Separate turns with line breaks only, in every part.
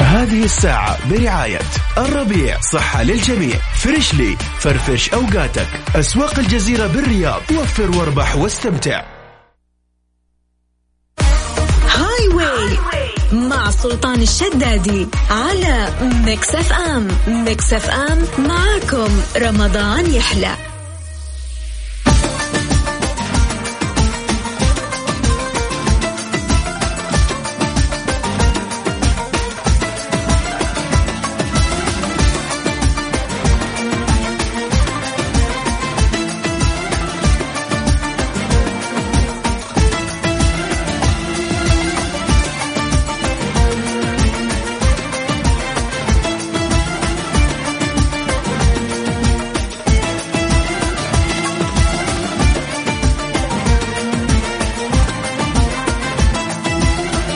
هذه الساعة برعاية الربيع صحة للجميع فريشلي فرفش أوقاتك أسواق الجزيرة بالرياض وفر واربح واستمتع
هاي واي مع سلطان الشدادي على ميكس اف ام ميكس اف ام معاكم رمضان يحلى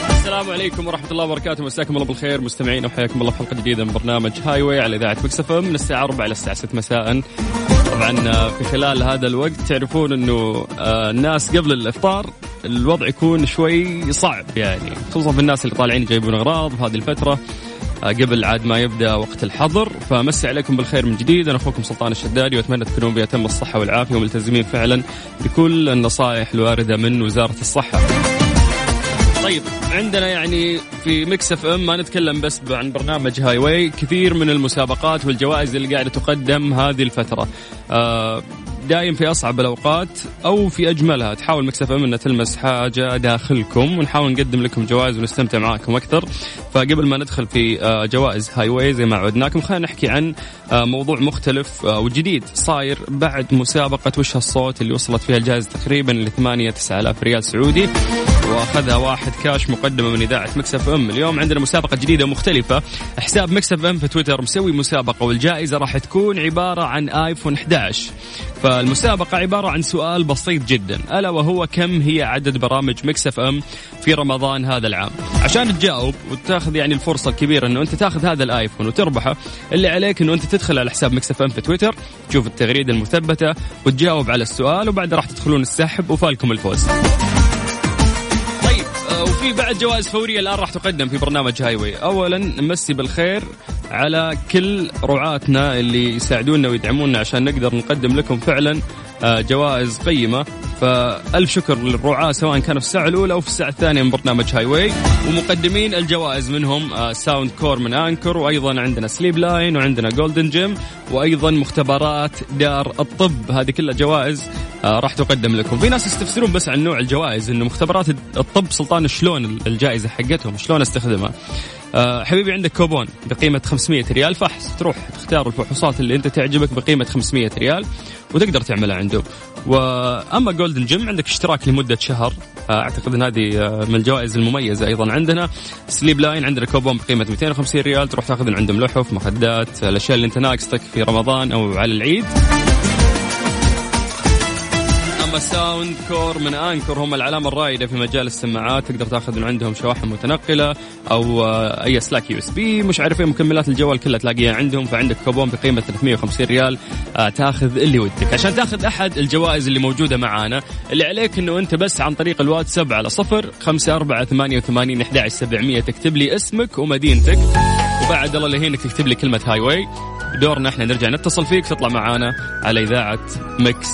السلام عليكم ورحمة الله وبركاته مساكم الله بالخير مستمعين وحياكم الله في حلقة جديدة من برنامج هاي واي على إذاعة مكسف من الساعة 4 إلى الساعة 6 مساء طبعا آه، في خلال هذا الوقت تعرفون أنه آه، الناس قبل الإفطار الوضع يكون شوي صعب يعني خصوصا في الناس اللي طالعين يجيبون أغراض في هذه الفترة آه، قبل عاد ما يبدا وقت الحظر فمسي عليكم بالخير من جديد انا اخوكم سلطان الشدادي واتمنى تكونون باتم الصحه والعافيه وملتزمين فعلا بكل النصائح الوارده من وزاره الصحه. طيب عندنا يعني في ميكس اف ام ما نتكلم بس عن برنامج هاي واي كثير من المسابقات والجوائز اللي قاعده تقدم هذه الفتره آه دايم في اصعب الاوقات او في اجملها تحاول ميكس اف ام انها تلمس حاجه داخلكم ونحاول نقدم لكم جوائز ونستمتع معاكم اكثر فقبل ما ندخل في آه جوائز هاي واي زي ما عودناكم خلينا نحكي عن آه موضوع مختلف آه وجديد صاير بعد مسابقه وش هالصوت اللي وصلت فيها الجائزه تقريبا ل 8 9000 ريال سعودي واخذها واحد كاش مقدمه من اذاعه مكسف ام اليوم عندنا مسابقه جديده مختلفه حساب مكسف ام في تويتر مسوي مسابقه والجائزه راح تكون عباره عن ايفون 11 فالمسابقه عباره عن سؤال بسيط جدا الا وهو كم هي عدد برامج مكسف ام في رمضان هذا العام عشان تجاوب وتاخذ يعني الفرصه الكبيره انه انت تاخذ هذا الايفون وتربحه اللي عليك انه انت تدخل على حساب مكسف ام في تويتر تشوف التغريده المثبته وتجاوب على السؤال وبعدها راح تدخلون السحب وفالكم الفوز طيب آه، وفي بعد جوائز فورية الآن راح تقدم في برنامج هاي واي أولا نمسي بالخير على كل رعاتنا اللي يساعدونا ويدعمونا عشان نقدر نقدم لكم فعلا آه، جوائز قيمة فألف شكر للرعاة سواء كانوا في الساعة الأولى أو في الساعة الثانية من برنامج هاي واي ومقدمين الجوائز منهم آه، ساوند كور من أنكر وأيضا عندنا سليب لاين وعندنا جولدن جيم وأيضا مختبرات دار الطب هذه كلها جوائز آه، راح تقدم لكم في ناس يستفسرون بس عن نوع الجوائز انه مختبرات الطب سلطان شلون الجائزه حقتهم شلون استخدمها آه، حبيبي عندك كوبون بقيمة 500 ريال فحص تروح تختار الفحوصات اللي انت تعجبك بقيمة 500 ريال وتقدر تعملها عنده واما جولدن جيم عندك اشتراك لمدة شهر آه، اعتقد ان هذه آه، من الجوائز المميزة ايضا عندنا سليب لاين عندنا كوبون بقيمة 250 ريال تروح تاخذ من عندهم لحف مخدات آه، الاشياء اللي انت ناقصتك في رمضان او على العيد اما ساوند كور من انكر هم العلامه الرائده في مجال السماعات تقدر تاخذ من عندهم شواحن متنقله او آه، اي اسلاك يو اس بي مش عارف ايه مكملات الجوال كلها تلاقيها عندهم فعندك كوبون بقيمه 350 ريال آه، تاخذ اللي ودك عشان تاخذ احد الجوائز اللي موجوده معانا اللي عليك انه انت بس عن طريق الواتساب على 0 5 4 88 11 700 تكتب لي اسمك ومدينتك وبعد الله اللي هينك تكتب لي كلمه هاي واي دورنا احنا نرجع نتصل فيك تطلع معانا على اذاعه مكس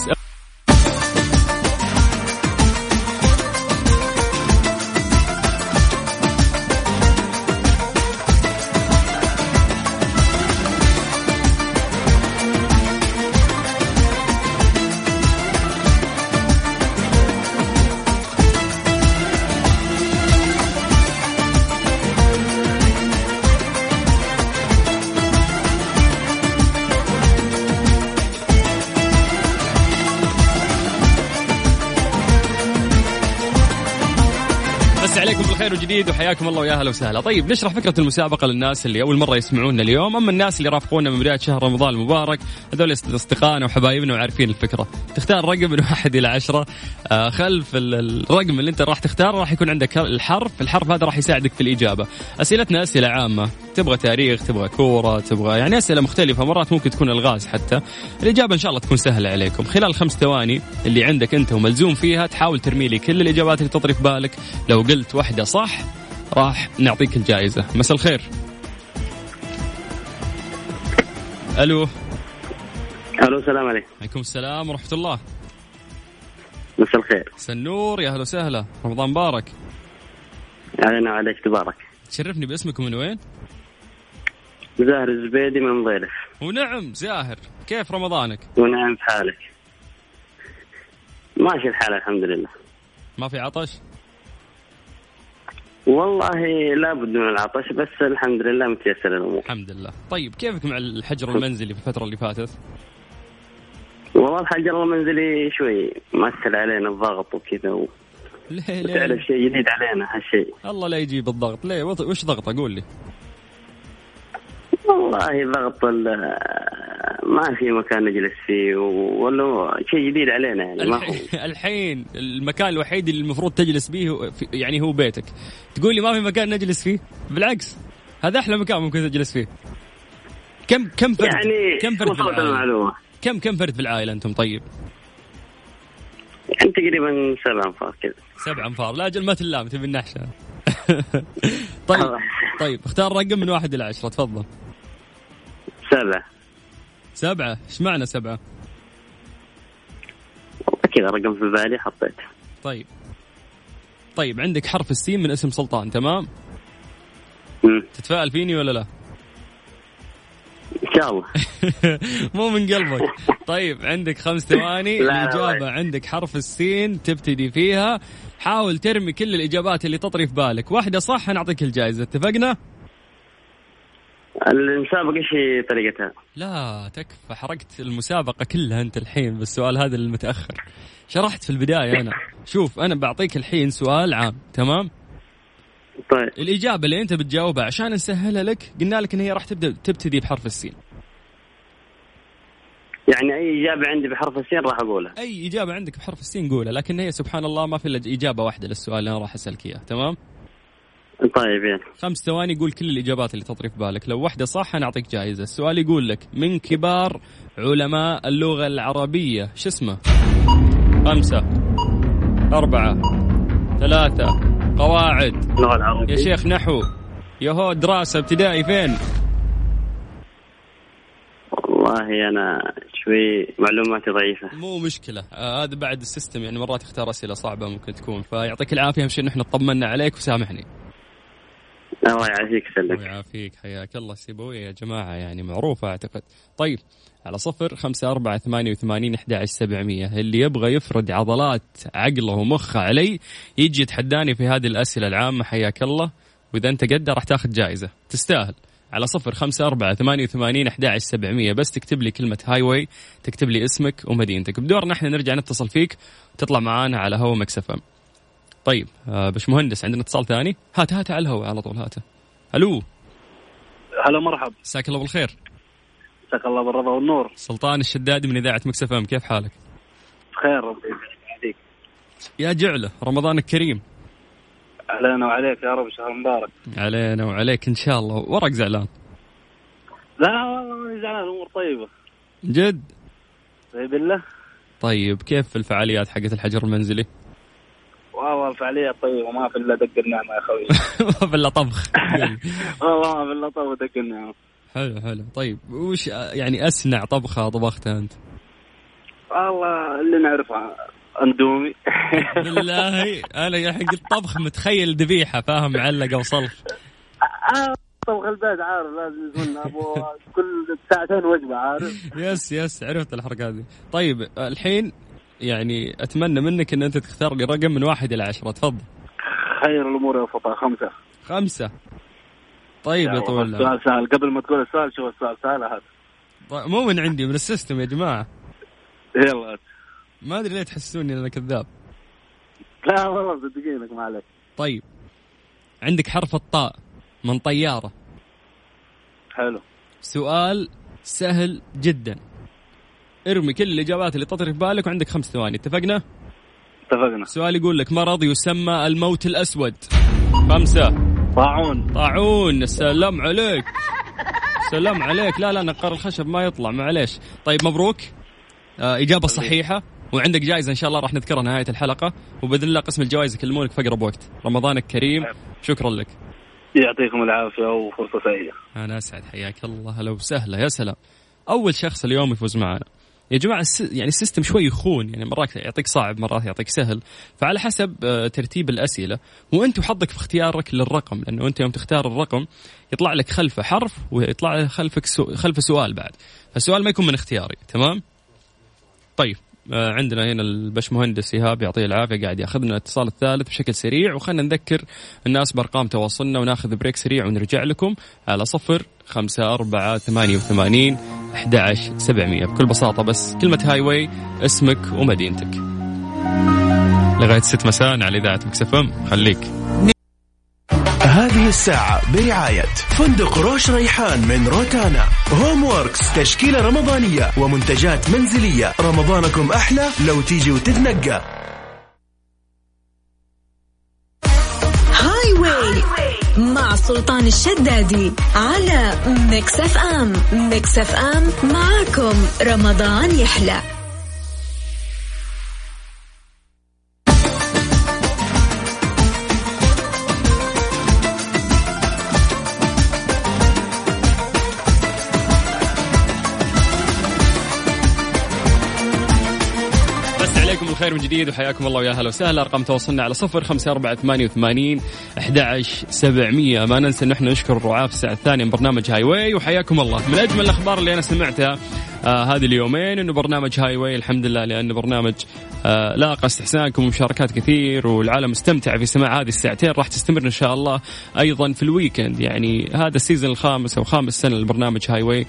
بس عليكم بالخير وجديد وحياكم الله ويا هلا وسهلا طيب نشرح فكرة المسابقة للناس اللي أول مرة يسمعونا اليوم أما الناس اللي رافقونا من بداية شهر رمضان المبارك هذول أصدقائنا وحبايبنا وعارفين الفكرة تختار رقم من واحد إلى عشرة آه، خلف ال- الرقم اللي أنت راح تختاره راح يكون عندك الحرف الحرف هذا راح يساعدك في الإجابة أسئلتنا أسئلة عامة تبغى تاريخ تبغى كورة تبغى يعني أسئلة مختلفة مرات ممكن تكون الغاز حتى الإجابة إن شاء الله تكون سهلة عليكم خلال خمس ثواني اللي عندك أنت وملزوم فيها تحاول ترمي لي كل الإجابات اللي تطري في بالك لو قلت واحدة صح راح نعطيك الجائزة مساء الخير الو
الو السلام عليكم
عليكم السلام ورحمه الله
مساء الخير
سنور يا اهلا وسهلا رمضان مبارك
علينا وعليك تبارك
تشرفني باسمك من وين
زاهر الزبيدي من ضيلف
ونعم زاهر كيف رمضانك
ونعم في حالك ماشي الحال الحمد لله
ما في عطش
والله لابد من العطش بس الحمد لله متيسر الامور
الحمد لله طيب كيفك مع الحجر المنزلي في الفتره اللي فاتت
والله الحجر المنزلي شوي مأثر علينا الضغط وكذا و-
ليه
وتعرف
ليه
شيء جديد علينا هالشيء
الله لا يجيب الضغط ليه وط- وش ضغط اقول لي
والله ضغط ال- ما في مكان نجلس فيه ولا شيء جديد علينا يعني ما هو
الحين- الحين المكان الوحيد اللي المفروض تجلس به هو- في- يعني هو بيتك تقول لي ما في مكان نجلس فيه بالعكس هذا احلى مكان ممكن تجلس فيه كم كم فرد
يعني
كم فرد في
وصلت
العائله
المعلومة
كم كم فرد في العائله انتم طيب
يعني تقريبا سبع انفار كذا
سبع انفار لا اجل ما تلام تبي النحشه طيب طيب اختار رقم من واحد الى عشره تفضل
سبع
سبعه ايش معنى سبعه
والله كذا رقم في بالي حطيته
طيب طيب عندك حرف السين من اسم سلطان تمام
مم.
تتفائل فيني ولا لا
ان شاء الله
مو من قلبك طيب عندك خمس ثواني
لا، لا،
الإجابة
لا.
عندك حرف السين تبتدي فيها حاول ترمي كل الإجابات اللي تطري في بالك واحدة صح نعطيك الجائزة اتفقنا؟
المسابقة ايش طريقتها؟
لا تكفى حرقت المسابقة كلها أنت الحين بالسؤال هذا المتأخر شرحت في البداية أنا شوف أنا بعطيك الحين سؤال عام تمام؟
طيب
الإجابة اللي أنت بتجاوبها عشان نسهلها لك قلنا لك إن هي راح تبدأ تبتدي بحرف السين
يعني اي اجابة عندي بحرف السين راح اقولها
اي اجابه عندك بحرف السين قولها لكن هي سبحان الله ما في الا اجابه واحده للسؤال اللي انا راح اسالك اياه تمام
طيب يلا
خمس ثواني قول كل الاجابات اللي تطري في بالك لو واحده صح انا اعطيك جائزه السؤال يقول لك من كبار علماء اللغه العربيه شو اسمه خمسة أربعة ثلاثة قواعد
اللغة العربية
يا شيخ نحو يهو دراسة ابتدائي فين
والله انا شوي معلوماتي ضعيفة
مو مشكلة آه هذا بعد السيستم يعني مرات يختار أسئلة صعبة ممكن تكون فيعطيك العافية أهم شيء إن احنا طمنا عليك وسامحني
الله يعافيك
الله
يسلمك
يعافيك حياك الله سيبويه يا جماعة يعني معروفة أعتقد طيب على صفر خمسة أربعة ثمانية وثمانين أحد سبعمية اللي يبغى يفرد عضلات عقله ومخه علي يجي يتحداني في هذه الأسئلة العامة حياك الله وإذا أنت قده راح تاخذ جائزة تستاهل على صفر خمسة أربعة ثمانية وثمانين أحد سبعمية بس تكتب لي كلمة هاي واي تكتب لي اسمك ومدينتك بدورنا احنا نرجع نتصل فيك وتطلع معانا على هوا مكسفة طيب آه بشمهندس عندنا اتصال ثاني هات هات على الهواء على طول هاته الو
هلا مرحب
مساك الله بالخير
مساك الله بالرضا والنور
سلطان الشدادي من اذاعه مكس ام كيف حالك
بخير ربي يسلمك عليك.
يا جعله رمضانك كريم
علينا وعليك يا رب شهر مبارك
علينا وعليك ان شاء الله ورق زعلان
لا والله ماني زعلان الامور طيبه
جد
طيب بالله
طيب كيف الفعاليات حقت الحجر المنزلي
والله الفعاليه طيبه ما طيب، في الا دق النعمه يا خوي
ما في الا طبخ
والله ما في الا طيب ودق النعمه
حلو حلو طيب وش يعني اسنع طبخه طبختها انت
والله اللي نعرفها اندومي
بالله انا يا حق الطبخ متخيل ذبيحه فاهم معلقه وصلف
طبخ البيت عارف لازم يكون ابو كل ساعتين وجبه عارف
يس يس عرفت الحركه هذه طيب الحين يعني اتمنى منك ان انت تختار لي رقم من واحد الى عشره تفضل
خير الامور يا فطا خمسه
خمسة طيب يا طويل العمر
السؤال سهل قبل ما تقول السؤال شوف السؤال سهل هذا
طيب، مو من عندي من السيستم يا جماعة
يلا
ما أدري ليه تحسوني أنا كذاب
لا والله مصدقينك ما عليك
طيب عندك حرف الطاء من طيارة
حلو
سؤال سهل جدا ارمي كل الإجابات اللي تطري في بالك وعندك خمس ثواني اتفقنا؟
اتفقنا
سؤال يقول لك مرض يسمى الموت الأسود خمسة
طاعون
طاعون سلام عليك سلام عليك لا لا نقار الخشب ما يطلع معليش طيب مبروك آه إجابة صحيحة وعندك جائزة إن شاء الله راح نذكرها نهاية الحلقة وبإذن الله قسم الجوائز يكلمونك في أقرب وقت رمضانك كريم شكرا لك
يعطيكم العافيه وفرصه سعيده
أنا أسعد حياك الله هلا وسهلا يا سلام اول شخص اليوم يفوز معنا يا جماعه الس... يعني السيستم شوي يخون يعني مرات يعطيك صعب مرات يعطيك سهل فعلى حسب آه، ترتيب الاسئله وانت وحظك في اختيارك للرقم لانه انت يوم تختار الرقم يطلع لك خلفه حرف ويطلع لك خلفك سو... خلفه سؤال بعد فالسؤال ما يكون من اختياري تمام طيب آه، عندنا هنا البشمهندس ايهاب يعطيه العافيه قاعد ياخذنا الاتصال الثالث بشكل سريع وخلنا نذكر الناس بارقام تواصلنا وناخذ بريك سريع ونرجع لكم على صفر خمسة أربعة ثمانية وثمانين أحد عشر سبعمية بكل بساطة بس كلمة هاي واي اسمك ومدينتك لغاية ست مساء على إذاعة مكسفم خليك
هذه الساعة برعاية فندق روش ريحان من روتانا هوم ووركس تشكيلة رمضانية ومنتجات منزلية رمضانكم أحلى لو تيجي وتتنقى
هاي واي مع سلطان الشدادي على ميكس اف ام ميكس اف ام معاكم رمضان يحلى
بس عليكم الخير من جديد وحياكم الله ويا هلا وسهلا ارقام تواصلنا على صفر خمسة أربعة ثمانية وثمانين أحد عشر سبعمية ما ننسى ان احنا نشكر الرعاة في الساعة الثانية من برنامج هاي واي وحياكم الله من اجمل الاخبار اللي انا سمعتها آه هذه اليومين انه برنامج هاي واي الحمد لله لانه برنامج آه لاقى استحسانكم ومشاركات كثير والعالم استمتع في سماع هذه الساعتين راح تستمر ان شاء الله ايضا في الويكند يعني هذا السيزون الخامس او خامس سنه لبرنامج هاي واي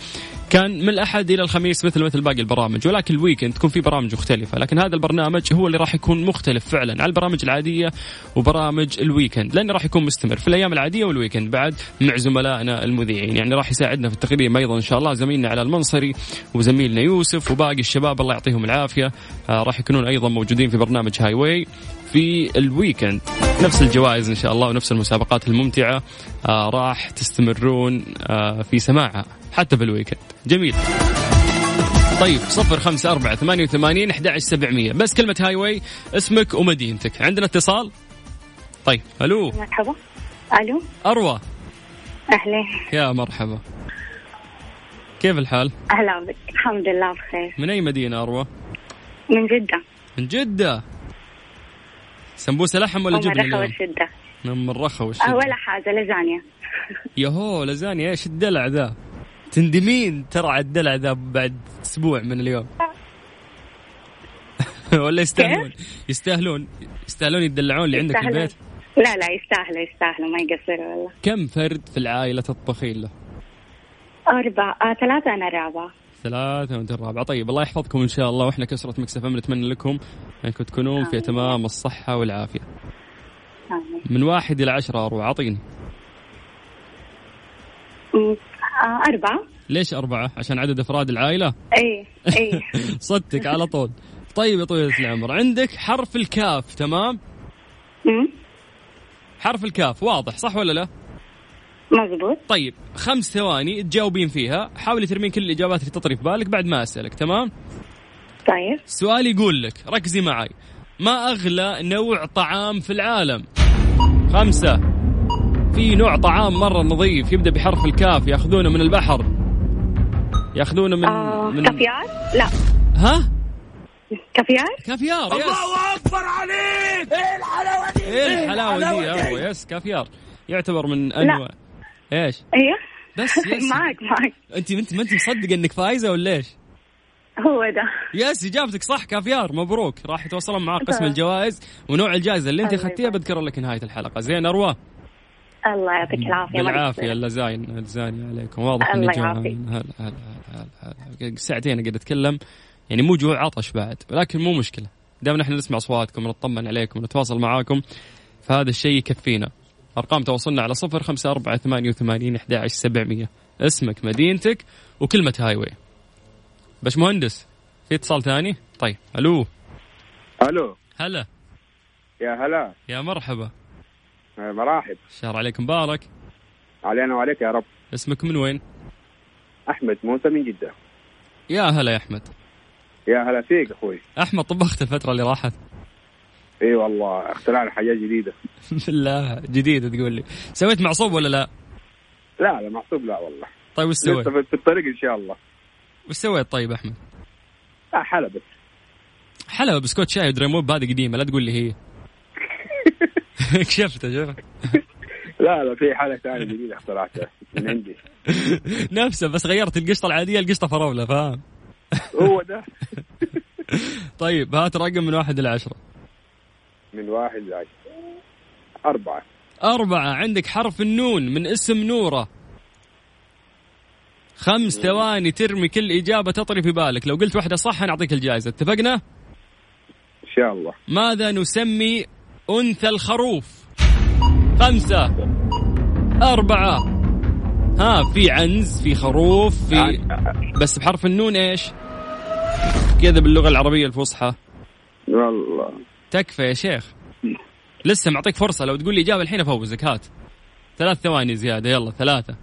كان من الاحد الى الخميس مثل مثل باقي البرامج ولكن الويكند تكون في برامج مختلفه لكن هذا البرنامج هو اللي راح يكون مختلف فعلا عن البرامج العاديه وبرامج الويكند لانه راح يكون مستمر في الايام العاديه والويكند بعد مع زملائنا المذيعين يعني راح يساعدنا في التقديم ايضا ان شاء الله زميلنا على المنصري وزميلنا يوسف وباقي الشباب الله يعطيهم العافيه آه، راح يكونون ايضا موجودين في برنامج هاي واي في الويكند نفس الجوائز ان شاء الله ونفس المسابقات الممتعه آه، راح تستمرون آه، في سماعها حتى في الويكند جميل طيب صفر خمسة أربعة ثمانية وثمانين أحد سبعمية بس كلمة هاي واي اسمك ومدينتك عندنا اتصال طيب ألو
مرحبا الو
أروى
اهلا
يا مرحبا كيف الحال
اهلا بك الحمد لله بخير
من أي مدينة أروى
من جدة
من جدة سمبوسة لحم ولا
ومن
جبنة
رخوة
اليوم
جدة
من الرخا والشدة
آه، ولا حاجة لازانيا
يهو لازانيا ايش الدلع ذا تندمين ترى على الدلع ذا بعد اسبوع من اليوم ولا يستاهلون يستاهلون يستاهلون يدلعون اللي إيه، عندك في
يستاهلوا.
البيت
لا لا يستاهلوا يستاهلوا ما يقصروا والله
كم فرد في العائله تطبخين له؟
أربعة آه ثلاثة أنا رابعة
ثلاثة وانت الرابعة طيب الله يحفظكم ان شاء الله واحنا كسرة مكسفة نتمنى لكم انكم تكونون في تمام الصحة والعافية
آمين.
من واحد الى عشرة اروع اعطيني
أمم، آه أربعة إيه،
ليش اربعة؟ عشان عدد افراد العائلة؟
إي إي
صدتك على طول طيب يا طويلة العمر عندك حرف الكاف تمام؟
أمم،
حرف الكاف واضح صح ولا لا؟
مزبوط
طيب خمس ثواني تجاوبين فيها حاولي ترمين كل الإجابات اللي تطري في بالك بعد ما أسألك تمام؟
طيب
السؤال يقول لك ركزي معي ما أغلى نوع طعام في العالم؟ خمسة في نوع طعام مرة نظيف يبدأ بحرف الكاف ياخذونه من البحر ياخذونه من,
آه
من
كافيار لا
ها؟
كافيار
كافيار يس الله اكبر عليك ايه الحلاوه دي ايه الحلاوه دي يا أبو؟ يس كافيار يعتبر من انواع ايش
أيوه
بس يس
معك معك
انت انت ما انت مصدقه انك فايزه ولا ايش؟
هو ده
يس اجابتك صح كافيار مبروك راح يتواصلون مع قسم
طيب.
الجوائز ونوع الجائزه اللي انت
طيب.
اخذتيها بذكر لك نهايه الحلقه زين اروى
الله يعطيك العافية ما
بالعافيه
يقصروا.
الله زاين زاني عليكم واضح اني
الله
جوعان
يعافيك.
هلا هلا هلا هلا ساعتين قاعد اتكلم يعني مو جوع عطش بعد ولكن مو مشكله دائما احنا نسمع اصواتكم نطمن عليكم نتواصل معاكم فهذا الشيء يكفينا ارقام تواصلنا على صفر خمسة أربعة ثمانية وثمانين أحد عشر سبعمية اسمك مدينتك وكلمة هاي واي باش مهندس في اتصال ثاني طيب الو
الو
هلا
يا هلا
يا مرحبا
يا مراحب
شهر عليك مبارك
علينا وعليك يا رب
اسمك من وين
احمد موسى من جده
يا هلا يا احمد
يا هلا فيك اخوي
احمد طبخت الفترة اللي راحت
اي والله اخترعنا حاجات جديده
بالله جديدة تقول لي سويت معصوب ولا لا
لا لا محسوب لا والله
طيب وش سويت
لسه في- في الطريق ان شاء الله
وش سويت طيب احمد؟
لا حلا بس
حلوى بسكوت شاي ودريموب هذه قديمه لا تقول لي هي كشفتها شوف
لا لا في حلا ثانيه جديده اخترعتها من عندي
نفسه بس غيرت القشطه العاديه لقشطه فراوله فاهم
هو ده
طيب هات رقم من واحد الى عشره
من واحد لعشرة أربعة
أربعة عندك حرف النون من اسم نورة خمس ثواني ترمي كل إجابة تطري في بالك لو قلت واحدة صح نعطيك الجائزة اتفقنا؟
إن شاء الله
ماذا نسمي أنثى الخروف؟ خمسة أربعة ها في عنز في خروف
يعني
في
أه،
بس بحرف النون ايش؟ كذا باللغة العربية الفصحى
والله
تكفى يا شيخ لسه معطيك فرصة لو تقول لي إجابة الحين أفوزك هات ثلاث ثواني زيادة يلا ثلاثة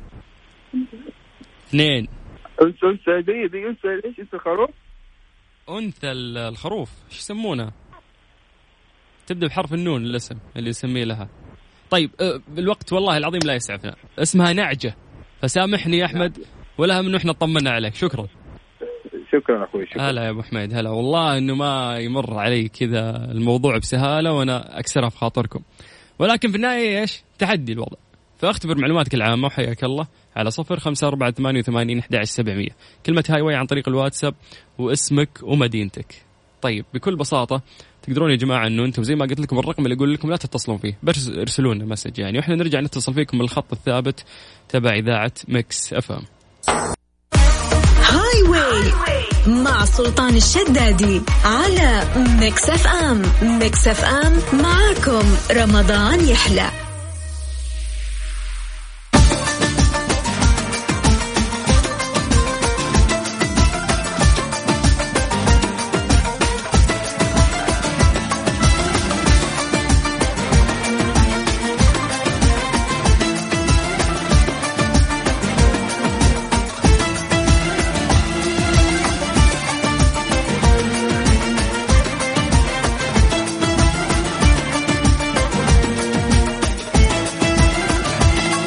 اثنين
انسى انسى دي دي انسى ايش انسى خروف؟
أنثى ال- الخروف ايش يسمونها؟ تبدأ بحرف النون الاسم اللي يسميه لها طيب أه، الوقت والله العظيم لا يسعفنا اسمها نعجة فسامحني يا أحمد ولها من احنا طمنا عليك شكرا
شكرا اخوي شكرا
هلا يا ابو حميد هلا والله انه ما يمر علي كذا الموضوع بسهاله وانا اكسرها في خاطركم ولكن في النهايه ايش؟ تحدي الوضع فاختبر معلوماتك العامه وحياك الله على صفر خمسة أربعة ثمانية وثمانين أحد سبعمية كلمة هاي واي عن طريق الواتساب واسمك ومدينتك طيب بكل بساطة تقدرون يا جماعة انه انتم زي ما قلت لكم الرقم اللي اقول لكم لا تتصلون فيه بس ارسلوا لنا مسج يعني واحنا نرجع نتصل فيكم من الخط الثابت تبع اذاعة مكس اف ام
هاي واي مع سلطان الشدادي على ميكس اف ام ميكس اف ام معاكم رمضان يحلى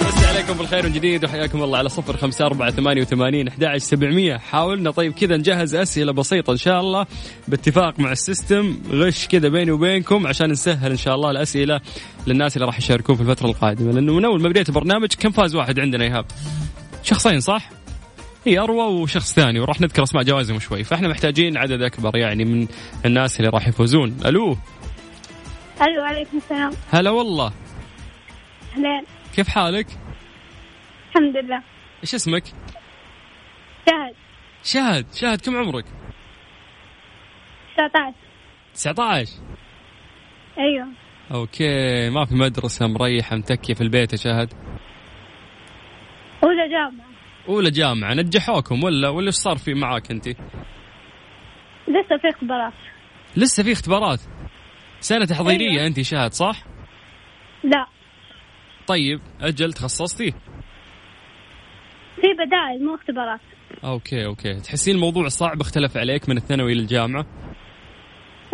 مسي عليكم بالخير من جديد وحياكم الله على صفر خمسة أربعة ثمانية وثمانين أحد سبعمية حاولنا طيب كذا نجهز أسئلة بسيطة إن شاء الله باتفاق مع السيستم غش كذا بيني وبينكم عشان نسهل إن شاء الله الأسئلة للناس اللي راح يشاركون في الفترة القادمة لأنه من أول ما بديت البرنامج كم فاز واحد عندنا إيهاب شخصين صح؟ هي أروى وشخص ثاني وراح نذكر أسماء جوائزهم شوي فإحنا محتاجين عدد أكبر يعني من الناس اللي راح يفوزون ألو
الو عليكم السلام
هلا والله
اهلين
كيف حالك؟
الحمد لله
إيش اسمك؟
شاهد
شاهد شاهد كم عمرك؟
19
19
ايوه
اوكي ما في مدرسه مريحه متكيه في البيت يا شهد
اولى جامعه
اولى جامعه نجحوكم ولا ولا ايش صار في معاك انت
لسه في اختبارات
لسه في اختبارات سنه تحضيريه انت شهد صح
لا
طيب اجل تخصصتي
في بدائل مو اختبارات
اوكي اوكي تحسين الموضوع صعب اختلف عليك من الثانوي للجامعه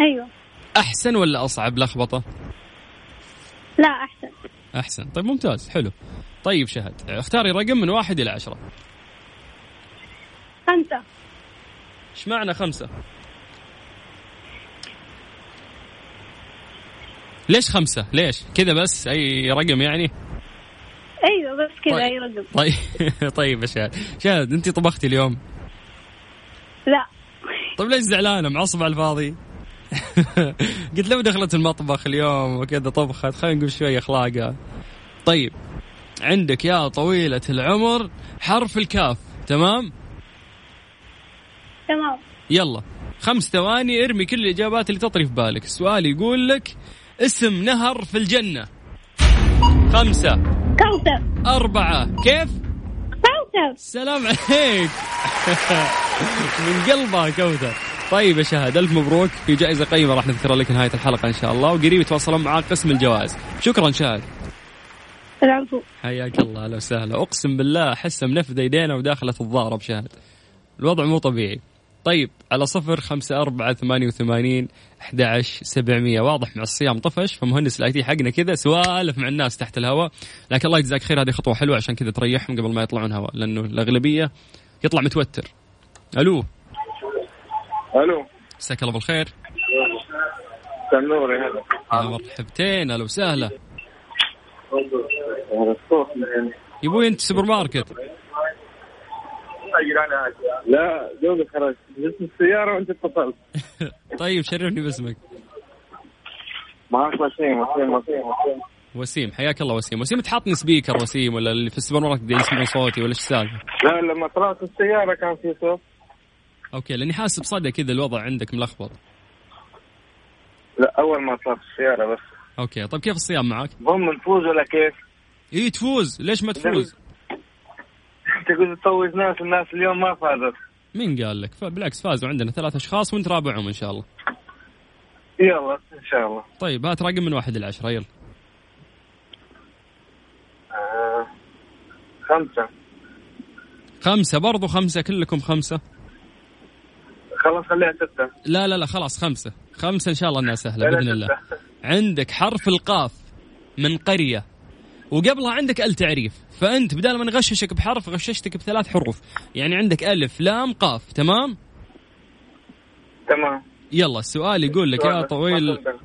ايوه
احسن ولا اصعب لخبطه
لا احسن
احسن طيب ممتاز حلو طيب شهد اختاري رقم من واحد الى عشره
خمسه
ايش معنى خمسه ليش خمسة؟ ليش؟ كذا بس أي رقم يعني؟
ايوه بس كذا
طيب.
اي رقم
طيب طيب يا شاهد شاهد انت طبختي اليوم
لا
طيب ليش زعلانه معصبه على الفاضي قلت لو دخلت المطبخ اليوم وكذا طبخت خلينا نقول شوي اخلاقها طيب عندك يا طويلة العمر حرف الكاف تمام
تمام
يلا خمس ثواني ارمي كل الإجابات اللي تطري في بالك السؤال يقول لك اسم نهر في الجنة خمسة
كوثر
أربعة كيف
كوثر
سلام عليك من قلبها كوثر طيب يا شهد الف مبروك في جائزه قيمه راح نذكرها لك نهايه الحلقه ان شاء الله وقريب يتواصلون معاك قسم الجوائز شكرا شهد
العفو
حياك الله اهلا وسهلا اقسم بالله احسها منفذه ايدينا وداخله الضارب شهد الوضع مو طبيعي طيب على صفر خمسة أربعة ثمانية وثمانين أحد سبعمية واضح مع الصيام طفش فمهندس الاي تي حقنا كذا سوالف مع الناس تحت الهواء لكن الله يجزاك خير هذه خطوة حلوة عشان كذا تريحهم قبل ما يطلعون هواء لأنه الأغلبية يطلع متوتر الو
الو
مساك الله بالخير
تنوري هذا
يا مرحبتين الو وسهلا
هذا الصوت من-
يا ابوي انت سوبر ماركت
لا دوبي خرجت جلست في السياره وانت اتصلت
طيب شرفني باسمك
معك وسيم وسيم وسيم وسيم.
وسيم حياك الله وسيم وسيم تحطني سبيكر وسيم ولا اللي في السوبر ماركت قاعد يسمعون صوتي ولا ايش السالفه
لا لما طلعت السياره كان في صوت
اوكي لاني حاسس بصدى كذا الوضع عندك ملخبط
لا اول ما طلعت السياره بس
اوكي طيب كيف الصيام معك
المهم نفوز ولا كيف؟
اي تفوز ليش ما تفوز
انت قلت تفوز ناس الناس اليوم ما فازت
مين قال لك فبالعكس فازوا عندنا ثلاث اشخاص وانت رابعهم ان شاء الله
يلا ان شاء الله
طيب هات رقم من واحد لعشرة يلا
آه. خمسه
خمسة برضو خمسة كلكم خمسة
خلاص خليها سته
لا لا لا خلاص خمسة خمسة إن شاء الله أنها سهلة
لا، لا،
بإذن
ستة.
الله عندك حرف القاف من قرية وقبلها عندك ال تعريف فأنت بدال ما نغششك بحرف غششتك بثلاث حروف يعني عندك ألف لام قاف تمام
تمام
يلا السؤال يقول لك يا
سؤال بس ما
طويل
تنسى.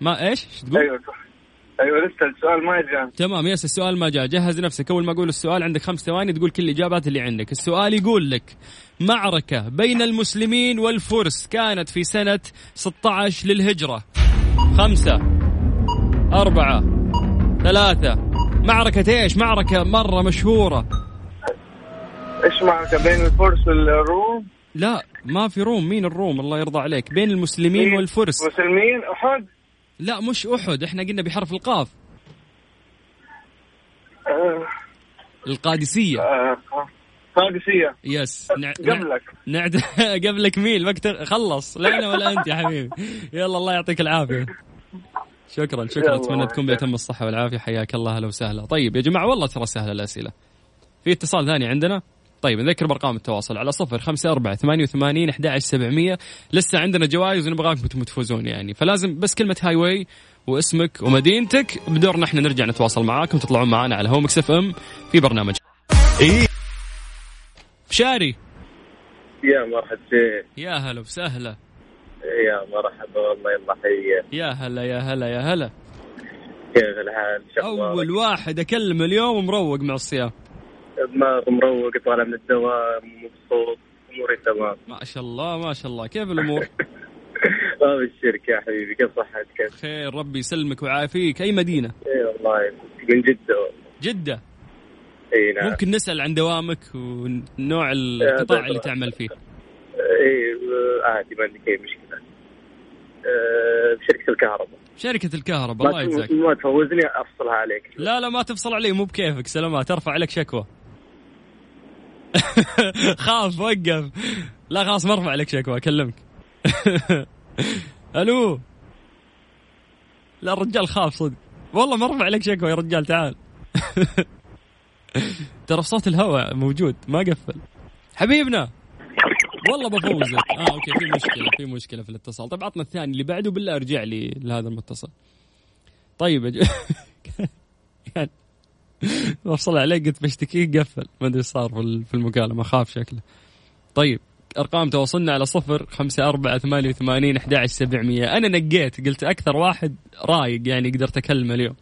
ما إيش شو تقول
ايوه صح. ايوه لسه السؤال ما جاء
تمام يس السؤال ما جاء جهز نفسك اول ما اقول السؤال عندك خمس ثواني تقول كل الاجابات اللي عندك السؤال يقول لك معركة بين المسلمين والفرس كانت في سنة 16 للهجرة خمسة أربعة ثلاثة معركة ايش معركة مرة مشهورة
ايش معك بين الفرس والروم
لا ما في روم مين الروم الله يرضى عليك بين المسلمين والفرس
مسلمين احد
لا مش أحد احنا قلنا بحرف القاف
آه،
القادسية
آه، قادسيه
يس نع- نع-
قبلك
نعد قبلك مين وقت خلص لا انا ولا انت يا حبيبي يلا الله يعطيك العافيه شكرا شكرا
يلا.
اتمنى تكون بيتم الصحه والعافيه حياك الله اهلا وسهلا طيب يا جماعه والله ترى سهله الاسئله في اتصال ثاني عندنا طيب نذكر بارقام التواصل على صفر خمسة أربعة ثمانية وثمانين أحد سبعمية لسه عندنا جوائز ونبغاكم انتم تفوزون يعني فلازم بس كلمة هاي واي واسمك ومدينتك بدورنا احنا نرجع نتواصل معاكم تطلعون معنا على هومكس اف ام في برنامج
إيه؟
شاري
يا مرحبتين
يا هلا وسهلا
يا مرحبا والله يلا حيه
يا هلا يا هلا يا هلا
كيف الحال؟ شو
اول واحد اكلم اليوم مروق مع الصيام
دماغ مروق طالع من الدوام مبسوط اموري تمام
ما شاء الله ما شاء الله كيف الامور
ما آه، بالشركة يا حبيبي كيف صحتك؟
خير ربي يسلمك ويعافيك اي مدينه
اي والله من جدة والله
جده
اي نعم
ممكن نسال عن دوامك ونوع
آه،
القطاع اللي تعمل فيه
اي آه، عادي ما عندك اي مشكلة آه، بشركة الكهرباء
شركه الكهرباء الله
ما
يجزاك
تف- ما تفوزني افصلها عليك
لا لا ما تفصل علي مو بكيفك سلامات ارفع عليك شكوى خاف وقف لا خلاص ما ارفع عليك شكوى اكلمك الو لا الرجال خاف صدق والله ما ارفع عليك شكوى يا رجال تعال ترى صوت الهواء موجود ما قفل حبيبنا والله بفوزك اه اوكي في مشكله في مشكله في الاتصال طيب عطنا الثاني اللي بعده بالله ارجع لي لهذا المتصل طيب يا ج- يعني وصل عليه قلت بشتكيه قفل ما ادري ايش صار في ال- في المكالمه خاف شكله طيب ارقام تواصلنا على صفر خمسة أربعة ثمانية وثمانين أحد سبعمية أنا نقيت قلت أكثر واحد رايق يعني قدرت أكلمه اليوم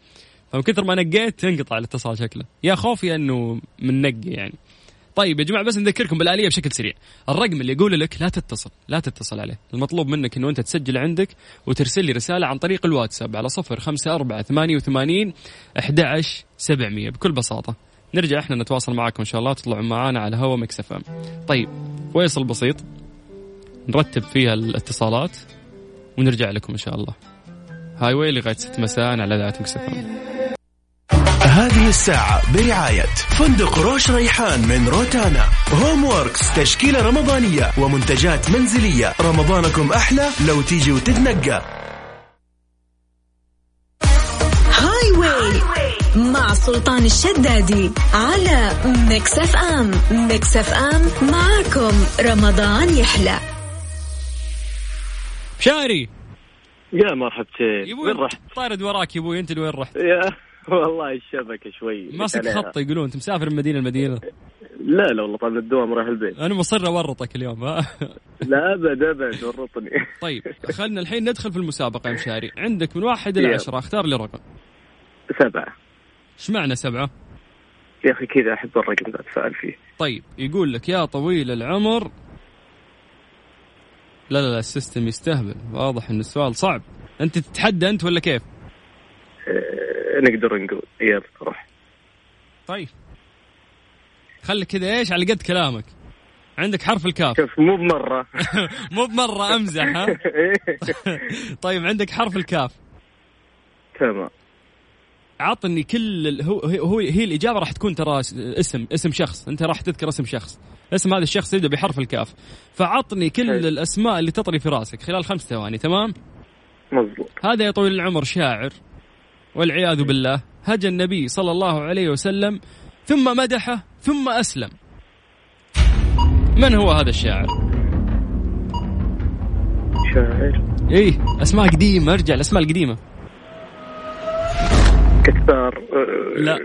فمن كثر ما نقيت تنقطع الاتصال شكله يا خوفي أنه من نقي يعني طيب يا جماعة بس نذكركم بالآلية بشكل سريع الرقم اللي يقول لك لا تتصل لا تتصل عليه المطلوب منك أنه أنت تسجل عندك وترسل لي رسالة عن طريق الواتساب على صفر خمسة أربعة ثمانية وثمانين أحد سبعمية بكل بساطة نرجع احنا نتواصل معاكم ان شاء الله تطلعوا معانا على هوا مكس اف ام طيب ويصل بسيط نرتب فيها الاتصالات ونرجع لكم ان شاء الله هاي واي لغايه 6 مساء على اذاعه مكس اف ام
هذه الساعة برعاية فندق روش ريحان من روتانا هوم ووركس تشكيلة رمضانية ومنتجات منزلية رمضانكم أحلى لو تيجي وتتنقى
هاي واي مع سلطان الشدادي على ميكس اف ام ميكس اف ام معاكم رمضان يحلى
شاري
يا مرحبتين
يا
وين
ابوي
رحت؟
طارد وراك يا ابوي انت وين رحت
يا والله الشبكة شوي
ماسك خط يقولون انت مسافر من مدينه لمدينه
لا لا والله طالع الدوام رايح البيت
انا مصر اورطك اليوم ها
لا ابد ابد ورطني
طيب خلنا الحين ندخل في المسابقه يا مشاري عندك من واحد
يلا.
الى عشره اختار لي رقم
سبعه
ايش معنى سبعه
يا اخي كذا احب الرقم ذا اتساءل فيه
طيب يقول لك يا طويل العمر لا لا لا السيستم يستهبل واضح ان السؤال صعب انت تتحدى انت ولا كيف
أه نقدر نقول يلا روح
طيب خليك كذا ايش على قد كلامك عندك حرف الكاف
شوف مو بمره
مو بمره امزح ها طيب عندك حرف الكاف
تمام
عطني كل ال... هو... هو هي الاجابه راح تكون ترى س- اسم اسم شخص انت راح تذكر اسم شخص اسم هذا الشخص يبدا بحرف الكاف فعطني كل
حلو.
الاسماء اللي تطري في راسك خلال خمس ثواني تمام
مظبوط
هذا يا طويل العمر شاعر والعياذ بالله هجى النبي صلى الله عليه وسلم ثم مدحه ثم اسلم من هو هذا الشاعر
شاعر
ايه اسماء قديمه ارجع الاسماء القديمه
كتار أه،
لا.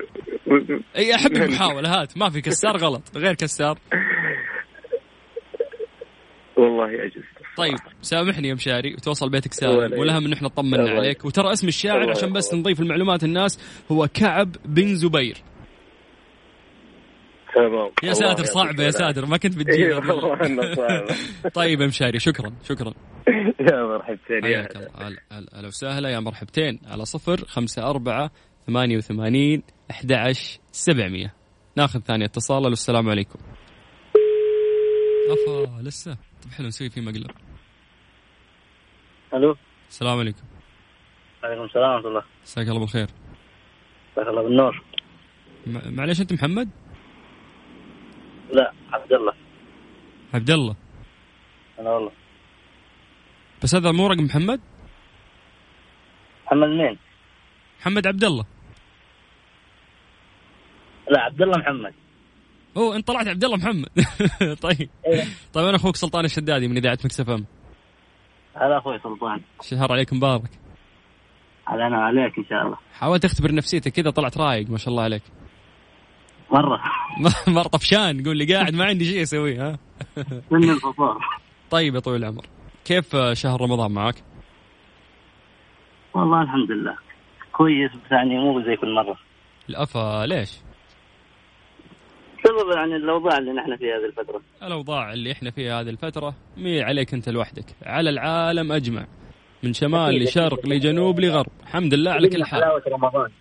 و-
اي احب المحاوله هات ما في كسار غلط غير كسار
والله اجز
طيب سامحني يا مشاري توصل بيتك
ولا
سالم
يهمك.
والاهم ان احنا طمنا
الله
عليك وترى اسم الشاعر
الله
عشان بس
يحفظك.
نضيف المعلومات الناس هو كعب بن زبير
تمام
يا ساتر صعبه يا ساتر ما كنت
اي
بتجيب
إيه، والله انها صعبه
طيب يا مشاري شكرا شكرا
يا مرحبتين يا
حياك
هلا.
الله هلا- هلا هلا وسهلا يا مرحبتين على صفر خمسة أربعة ثمانية وثمانين أحد عشر سبعمية ناخذ ثاني اتصال ألو، السلام عليكم أفا لسه طب حلو نسوي فيه مقلب
الو
السلام عليكم
عليكم السلام ورحمه الله
مساك الله بالخير
مساك الله بالنور
مع- معليش أنت محمد
لا عبد الله
عبد الله
انا والله
بس هذا مو رقم محمد
محمد مين؟
محمد عبد الله
لا عبد الله محمد
اوه انت طلعت عبد الله محمد طيب
إيه.
طيب انا اخوك سلطان الشدادي من اذاعه مكسف ام
هلا اخوي سلطان
شهر عليك مبارك
على انا وعليك ان شاء الله
حاولت اختبر نفسيتك كذا طلعت رايق ما شاء الله عليك
مره
مره طفشان قول لي قاعد ما عندي شيء اسويه ها
من الفطور
طيب يا طويل العمر كيف آه، شهر رمضان معك؟
والله الحمد لله كويس بس يعني مو زي كل مره
الافا ليش؟
بسبب يعني الاوضاع اللي نحن فيها هذه الفتره
الاوضاع اللي احنا فيها هذه الفتره مي عليك انت لوحدك على العالم اجمع من شمال
أكيد،
لشرق
أكيد.
لجنوب لغرب الحمد لله على كل حال
حلاوه رمضان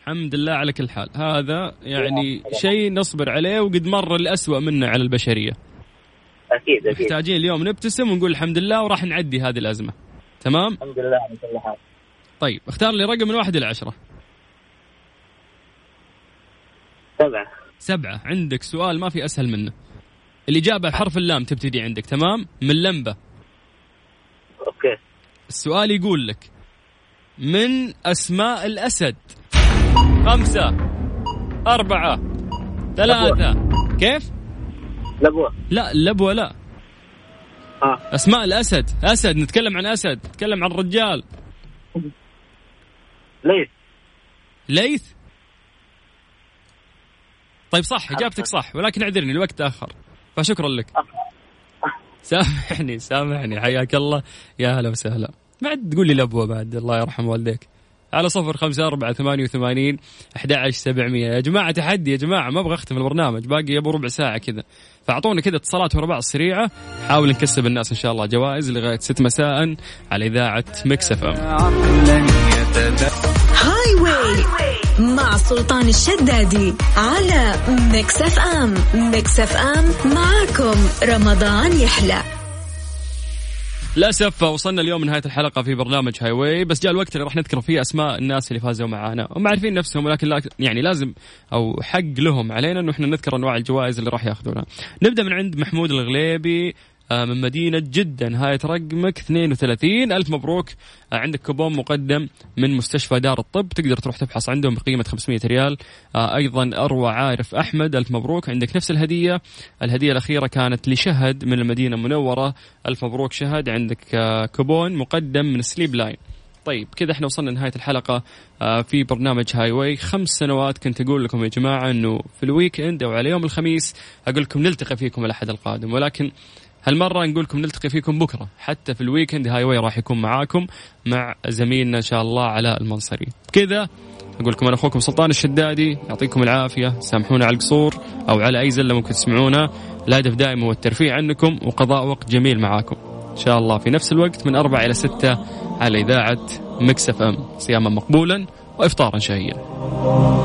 الحمد لله على كل حال هذا يعني شيء نصبر عليه وقد مر الأسوأ منا على البشرية
اكيد اكيد
محتاجين اليوم نبتسم ونقول الحمد لله وراح نعدي هذه الأزمة تمام
الحمد لله على كل حال
طيب اختار لي رقم من واحد إلى عشرة
سبعه
سبعة عندك سؤال ما في أسهل منه الإجابة بحرف اللام تبتدي عندك تمام من لمبة
اوكي
السؤال يقول لك من أسماء الأسد خمسة أربعة ثلاثة كيف؟
لبوه
لا اللبوة لا
اه
اسماء الاسد اسد نتكلم عن اسد نتكلم عن رجال
ليث
ليث طيب صح اجابتك صح ولكن اعذرني الوقت اخر فشكرا لك سامحني سامحني حياك الله يا هلا وسهلا بعد تقول لي الابوه بعد الله يرحم والديك على صفر خمسة أربعة ثمانية وثمانين أحد عشر سبعمية يا جماعة تحدي يا جماعة ما أبغى أختم البرنامج باقي أبو ربع ساعة كذا فأعطونا كذا اتصالات ورا بعض سريعة حاول نكسب الناس إن شاء الله جوائز لغاية ست مساء على إذاعة مكسف أم
هاي واي مع سلطان الشدادي على ميكس اف ام ميكس اف ام معاكم رمضان يحلى
للاسف وصلنا اليوم نهايه الحلقه في برنامج هاي واي بس جاء الوقت اللي راح نذكر فيه اسماء الناس اللي فازوا معانا هم عارفين نفسهم ولكن لا يعني لازم او حق لهم علينا انه احنا نذكر انواع الجوائز اللي راح ياخذونها نبدا من عند محمود الغليبي آه، من مدينة جدة نهاية رقمك 32 ألف مبروك آه، عندك كوبون مقدم من مستشفى دار الطب تقدر تروح تبحث عندهم بقيمة 500 ريال آه، أيضا أروى عارف أحمد ألف مبروك عندك نفس الهدية الهدية الأخيرة كانت لشهد من المدينة المنورة ألف مبروك شهد عندك آه، كوبون مقدم من سليب لاين طيب كذا احنا وصلنا لنهايه الحلقه آه، في برنامج هاي واي خمس سنوات كنت اقول لكم يا جماعه انه في الويك اند او على يوم الخميس اقول لكم نلتقي فيكم الاحد القادم ولكن هالمره نقول لكم نلتقي فيكم بكره حتى في الويكند هاي واي راح يكون معاكم مع زميلنا ان شاء الله علاء المنصري كذا اقول لكم انا اخوكم سلطان الشدادي يعطيكم العافيه سامحونا على القصور او على اي زله ممكن تسمعونا الهدف دائما هو الترفيه عنكم وقضاء وقت جميل معاكم ان شاء الله في نفس الوقت من أربعة الى ستة على اذاعه مكسف ام صياما مقبولا وافطارا شهيا